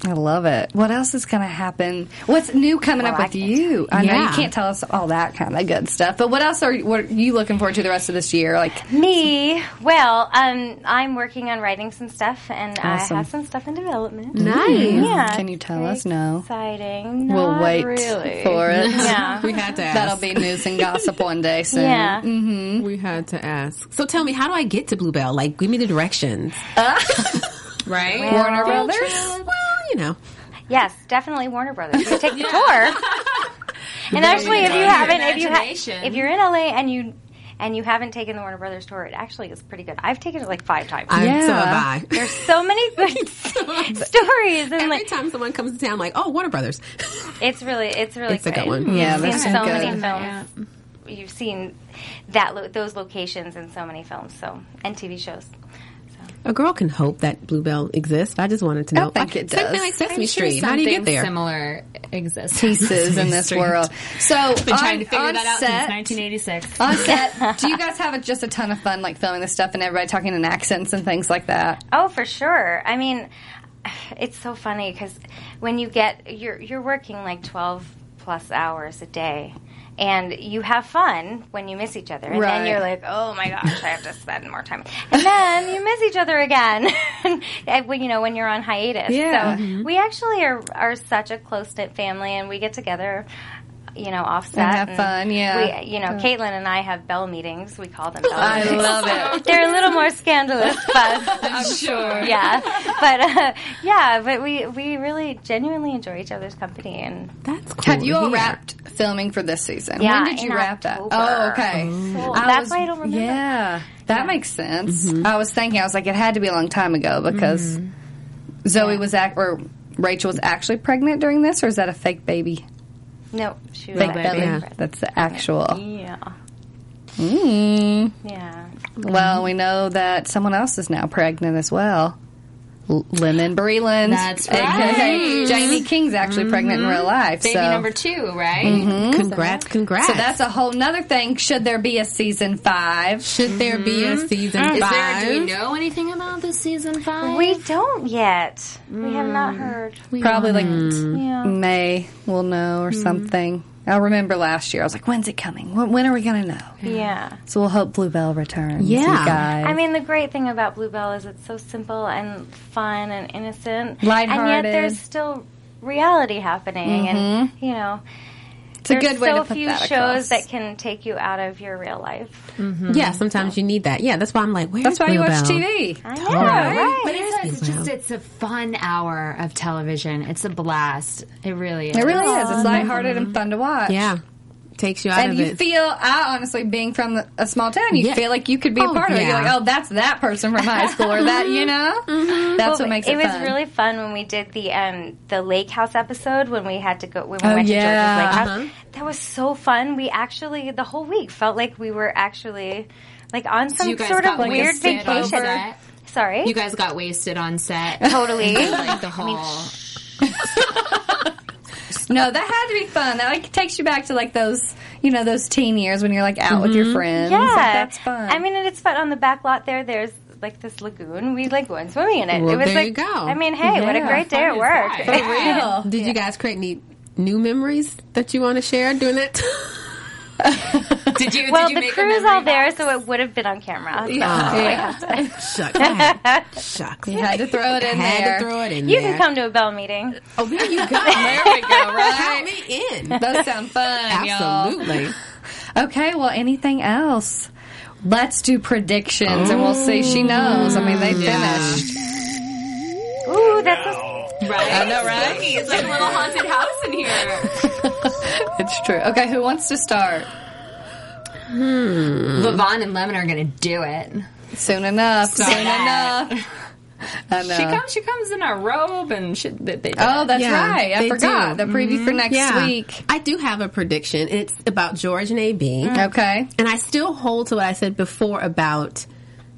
B: I love it. What else is going to happen? What's new coming up
E: I
B: with
E: can
B: you? I know
D: Yeah.
B: you can't tell us all that kind of good stuff, but what else are what are you looking forward to the rest of this year? Like,
E: Me, well, um, I'm working on writing some stuff, and
B: Awesome. Mm-hmm.
E: I have some stuff in development.
D: Nice.
E: Yeah,
B: Can you tell
E: very
B: us? No.
E: Exciting.
B: we'll
E: Not
B: wait
E: really.
B: for it.
E: Yeah.
D: We had to ask.
B: That'll be news and gossip one day soon.
E: Yeah.
B: Mm.
D: We had to ask. So tell me, how do I get to Bluebell? Like, give me the directions.
C: Right?
B: Warner Brothers.
D: Well, you know.
E: Yes, definitely Warner Brothers. You take the tour. and actually, if you haven't, if you ha-
C: imagination.
E: if you're in LA and you and you haven't taken the Warner Brothers tour, it actually is pretty good. I've taken it like five times.
D: I'm
B: Yeah.
D: so bye.
E: There's so many good stories, and
D: Every
E: like
D: time someone comes to town, I'm like, oh, Warner Brothers.
E: it's really, it's really
D: It's a
E: great.
D: good one.
B: Yeah,
E: You've
B: that's
E: seen so
B: good.
E: many films. You've seen that lo- those locations in so many films, so and TV shows.
D: A girl can hope that Bluebell exists. I just wanted to know.
B: think it
D: Same
B: does.
D: thing like Sesame
C: I'm sure
D: Street. How do you get
C: something
D: there?
C: Similar exists.
B: Pieces in this world. So
C: Been
B: on,
C: trying to figure
B: on
C: that out
B: set-
C: since 1986.
B: on set, do you guys have a, just a ton of fun like filming this stuff and everybody talking in accents and things like that?
E: Oh, for sure. I mean, it's so funny because when you get you're you're working like twelve plus hours a day, and you have fun when you miss each other, and then
B: Right.
E: you're like, oh my gosh, I have to spend more time, and then you miss each other again, and when you know when you're on hiatus.
B: Yeah. Mm-hmm.
E: So we actually are are such a close knit family, and we get together. You know, offset
B: And have fun, yeah.
E: We, you know, Caitlin and I have bell meetings. We call them bell
B: I
E: meetings.
B: love it.
E: They're a little more scandalous, but
C: I'm sure.
E: yeah but uh, yeah but we we really genuinely enjoy each other's company and
D: That's cool.
B: Have you all
D: here.
B: wrapped filming for this season?
E: Yeah,
B: when did you
E: in
B: wrap that? Oh,
E: October. Mm-hmm.
B: okay.
E: Cool.
B: I
E: That's
B: was-
E: why I don't remember.
B: Yeah, that makes sense. I was thinking, I was like, it had to be a long time ago because Zoe was act or Rachel was actually pregnant during this, or is that a fake baby?
E: no she was
B: Fake
E: like,
B: belly.
D: Yeah.
B: That's the actual.
E: yeah
B: Mm.
E: yeah
B: Well, we know that someone else is now pregnant as well. L- Lemon Breland.
C: That's right.
B: AKA Jamie King's actually pregnant in real life.
C: Baby
B: so.
C: number two, right?
D: Mm-hmm. Congrats, congrats.
B: so that's a whole nother thing. Should there be a season five?
D: Should there be
B: Mm-hmm.
D: a season
C: Is
D: five?
C: there, do we know anything about this season five?
E: we don't yet we have not
B: Mm.
E: heard
B: Probably like
E: yeah
B: May we'll know
D: Mm-hmm.
B: or something. I remember last year I was like, when's it coming? When, when are we gonna know?
E: yeah
B: So we'll hope Bluebell returns.
D: Yeah.
B: you guys.
E: I mean, the great thing about Bluebell is it's so simple and fun and innocent, and
B: Lighthearted. Mm-hmm.
E: yet there's still reality happening, and you know,
B: it's a
E: there's
B: good way
E: so
B: to put
E: few
B: that across.
E: shows that can take you out of your real life.
D: Mm-hmm. Yeah, sometimes you need that. Yeah, that's why I'm like, where
B: That's
D: is
B: why you watch
D: Bluebell?
B: TV.
E: I know, right?
C: But it's, it's just it's a fun hour of television. It's a blast. It really is.
B: It really is. It's lighthearted and fun to watch.
D: Yeah, takes you out
B: And
D: of
B: you
D: it.
B: feel, I honestly, being from the- a small town, you
D: Yeah.
B: feel like you could be a
D: Oh,
B: part of it. You're
D: yeah.
B: like, oh, that's that person from high school, or that, you know?
D: Mm-hmm.
B: That's what
E: Well,
B: makes it
E: it was
B: fun.
E: really fun when we did the um, the lake house episode when we had to go when we
B: Oh,
E: went to
B: yeah.
E: George's lake house.
C: Uh-huh.
E: That was so fun. We actually the whole week felt like we were actually like on some
C: you guys
E: sort of
C: got, like, a
E: weird
C: sit on
E: vacation.
C: set?
E: Sorry,
C: You guys got wasted on set.
E: totally.
C: like the whole.
B: No, that had to be fun. That like takes you back to like those, you know, those teen years when you're like out with your friends.
E: Mm-hmm. yeah,
B: Like, that's fun.
E: I mean, and it's fun on the back lot there. There's like this lagoon. We like went swimming in it.
D: Well,
E: it was
D: there
E: like,
D: you go.
E: I mean, hey, what a
B: Yeah,
E: great day at work.
C: that?
B: for real.
D: Did you guys create any new memories that you want to share during that?
C: Did you?
E: Well,
C: did you
E: the
C: make a
E: crew's
C: memory
E: all there,
C: box? Oh,
E: so it would have been on camera. So
D: Uh, Shucks, I had, shucks,
B: You had to throw it
D: I
B: in
D: had
B: there.
D: to throw it in
E: You
D: there.
E: can come to a bell meeting.
D: Oh, there you go.
B: There we go,
D: Count
B: right?
D: me in.
B: Those sound fun, y'all.
D: Absolutely.
B: Okay, well, anything else?
D: Mm,
B: Let's do predictions, and we'll see. She knows. I mean, they finished.
E: that's so
C: Right?
B: I know, right?
C: Spooky. It's like a little haunted house in here.
B: It's true. Okay, who wants to start?
C: Levon and Lemon are gonna do it.
B: Soon enough.
C: Stop
B: soon
C: that.
B: enough. I know.
C: She comes. She comes in a robe and shit. That they.
B: Oh, that's
D: Yeah,
B: right. I
D: they
B: forgot
D: do. Mm-hmm.
B: the preview for next week.
D: I do have a prediction. It's about George and AB.
B: Mm. Okay.
D: And I still hold to what I said before about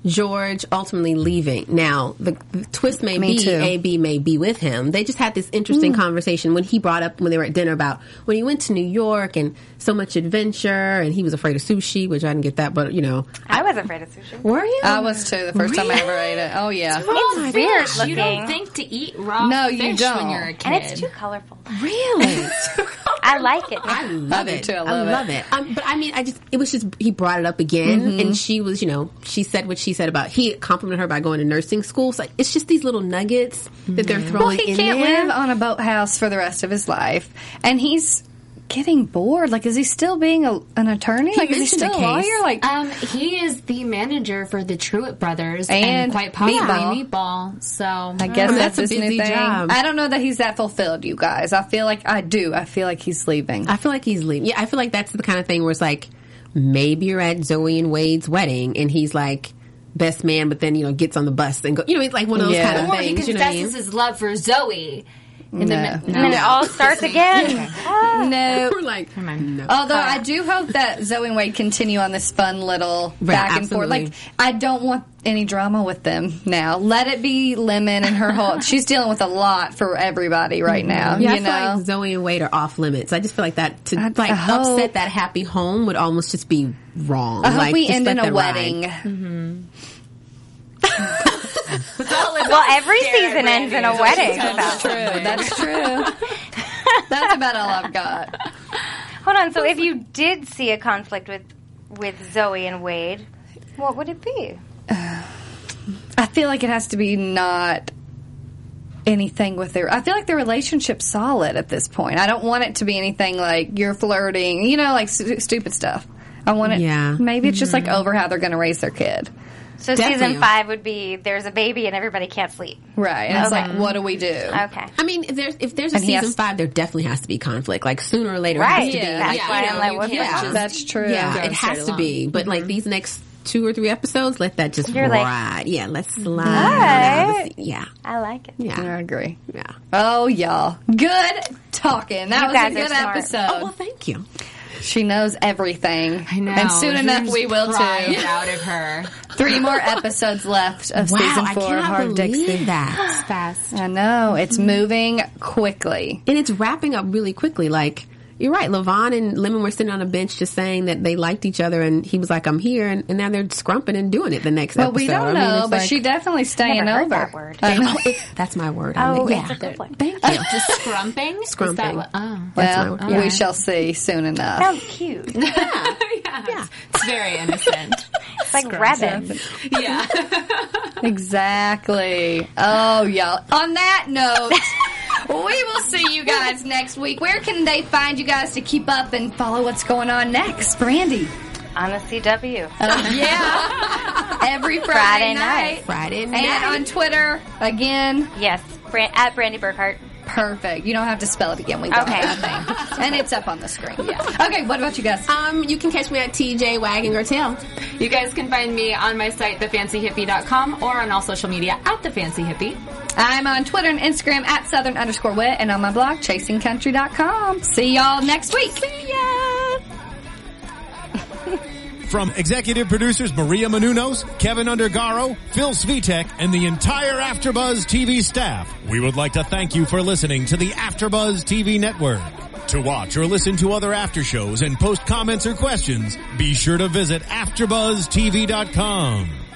D: George ultimately leaving. Now, the, the twist may
B: Me
D: be
B: too. Mm.
D: AB may be with him. They just had this interesting conversation when he brought up when they were at dinner about when he went to New York and so much adventure and he was afraid of sushi, which I didn't get that, but you know. Uh,
E: I was afraid of sushi.
D: Were you?
B: I was too the first time I ever ate it. Oh yeah.
D: oh my
E: It's weird
D: gosh.
E: looking.
C: You don't think to eat raw
B: No, you
C: fish
B: don't.
C: when you're a kid.
E: and it's too colorful.
D: Really?
E: I like it.
D: Oh, I love
B: do
D: it.
B: too. I
D: I
B: love it.
D: love it. Um, but I mean, I just it was just he brought it up again,
B: Mm-hmm.
D: and she was, you know, she said what she said about he complimented her by going to nursing school. So like, it's just these little nuggets that they're throwing
B: Well, he
D: in
B: can't
D: there.
B: live on a boathouse for the rest of his life, and he's getting bored. Like, is he still being a, an attorney? like, is he
D: mentioned
B: still
D: a
B: a
D: case.
B: lawyer? Like,
C: Um, he is the manager for the Truett Brothers and,
B: And
C: quite possibly
B: Meatball.
C: Meatball. so
B: I guess
D: mean,
B: that's,
D: that's a
B: his new
D: busy
B: thing.
D: job.
B: I don't know that he's that fulfilled, you guys. I feel like I do. I feel like he's leaving.
D: I feel like he's leaving. Yeah, I feel like that's the kind of thing where it's like maybe you're at Zoe and Wade's wedding, and he's like best man, but then you know gets on the bus and go. You know, it's like one of those
B: Yeah.
D: kind of
C: or he
D: things. You know what I
C: confesses
D: mean?
C: his love for Zoe. In
B: No.
C: The,
E: and then it all starts again. Ah.
B: no.
D: We're like, no.
B: Although I do hope that Zoe and Wade continue on this fun little
D: Right,
B: back and forth.
D: absolutely.
B: Like I don't want any drama with them now. Let it be Lemon and her whole. she's dealing with a lot for everybody right now.
D: Mm-hmm. Yeah, I
B: you
D: feel
B: know.
D: like Zoe and Wade are off limits. I just feel like that to
B: I-
D: like
B: I hope-
D: upset that happy home would almost just be wrong.
B: I hope
D: like,
B: we
D: just
B: end
D: let
B: in a
D: that ride.
B: wedding.
E: well, every season ends in a wedding.
B: That's
E: About.
B: true. That's true. That's about all I've got.
E: Hold on. So, if you did see a conflict with with Zoe and Wade, what would it be?
B: I feel like it has to be not anything with their. I feel like their relationship's solid at this point. I don't want it to be anything like you're flirting, you know, like stu- stupid stuff. I want it.
D: Yeah.
B: Maybe it's just like over how they're going to raise their kid.
E: So,
D: Definitely.
E: season five would be there's a baby and everybody can't sleep.
B: Right. And it's
E: Okay.
B: like, what do we do?
E: Okay.
D: I mean, if there's if there's a
B: And he
D: season
B: has-
D: five, there definitely has to be conflict. Like sooner or later, it
E: Right.
D: has to be.
E: That's
D: yeah,
E: why
D: you
E: I'm
D: know,
E: like,
D: you
E: what's the
D: can't
E: problem?
B: That's true.
D: yeah,
B: Go
D: it has to
C: straight
D: be. But like these next two or three episodes, let that just
E: You're like-
D: ride. yeah, let's slide. down the
E: Right.
D: se- Yeah,
E: I like it.
D: yeah,
B: I agree.
D: yeah.
B: Oh, y'all. Good talking. That
E: You
B: was
E: guys
B: a
E: are
B: good
E: smart.
B: episode.
D: Oh well, thank you.
B: she knows everything.
C: I know.
B: And soon
C: You're
B: enough,
C: just
B: we will
C: crying
B: too.
C: out of her
B: Three more episodes left of
D: Wow,
B: season
D: I
B: four of Hard
D: cannot believe
B: Dixie.
D: that.
C: fast.
B: I know. It's moving quickly.
D: and it's wrapping up really quickly. Like you're right, Levon and Lemon were sitting on a bench just saying that they liked each other, and he was like, "I'm here," and, and now they're scrumping and doing it the next.
B: But
D: episode.
B: we don't
D: I mean,
B: know,
D: it's
B: but
D: like-
B: she definitely staying
E: Never heard
B: over.
E: that word.
B: I know.
D: Oh, it- that's my word.
E: Oh,
D: Oh, yeah.
E: it's a good one.
D: Thank you.
C: Just scrumping. Is that
D: Scrumping.
C: what, oh.
B: Well,
D: my word.
B: we
D: Yeah.
B: shall see soon enough.
E: Sounds cute.
C: yeah. It's very innocent.
E: It's like rabbits.
C: yeah.
B: exactly. Oh, y'all. On that note, we will see you guys next week. Where can they find you guys to keep up and follow what's going on next, Brandy?
E: on the CW.
D: Uh,
B: yeah, every Friday,
E: Friday
B: night.
E: night.
D: Friday night.
B: and on Twitter again.
E: Yes, Bran- at Brandy Burkhart.
B: Perfect. You don't have to spell it again. We got
E: Okay.
B: it, I think. and it's up on the screen. Yeah. Okay. What about you guys?
D: Um, you can catch me at TJ Wagon Gertel.
C: You guys can find me on my site, thefancyhippie.com, or on all social media at thefancyhippie.
B: I'm on Twitter and Instagram at Southern underscore wit and on my blog, chasingcountry.com. See y'all next week. See ya.
A: From executive producers Maria Manunos, Kevin Undergaro, Phil Svitek, and the entire Afterbuzz TV staff, we would like to thank you for listening to the Afterbuzz TV network. To watch or listen to other after shows and post comments or questions, be sure to visit AfterbuzzTV.com.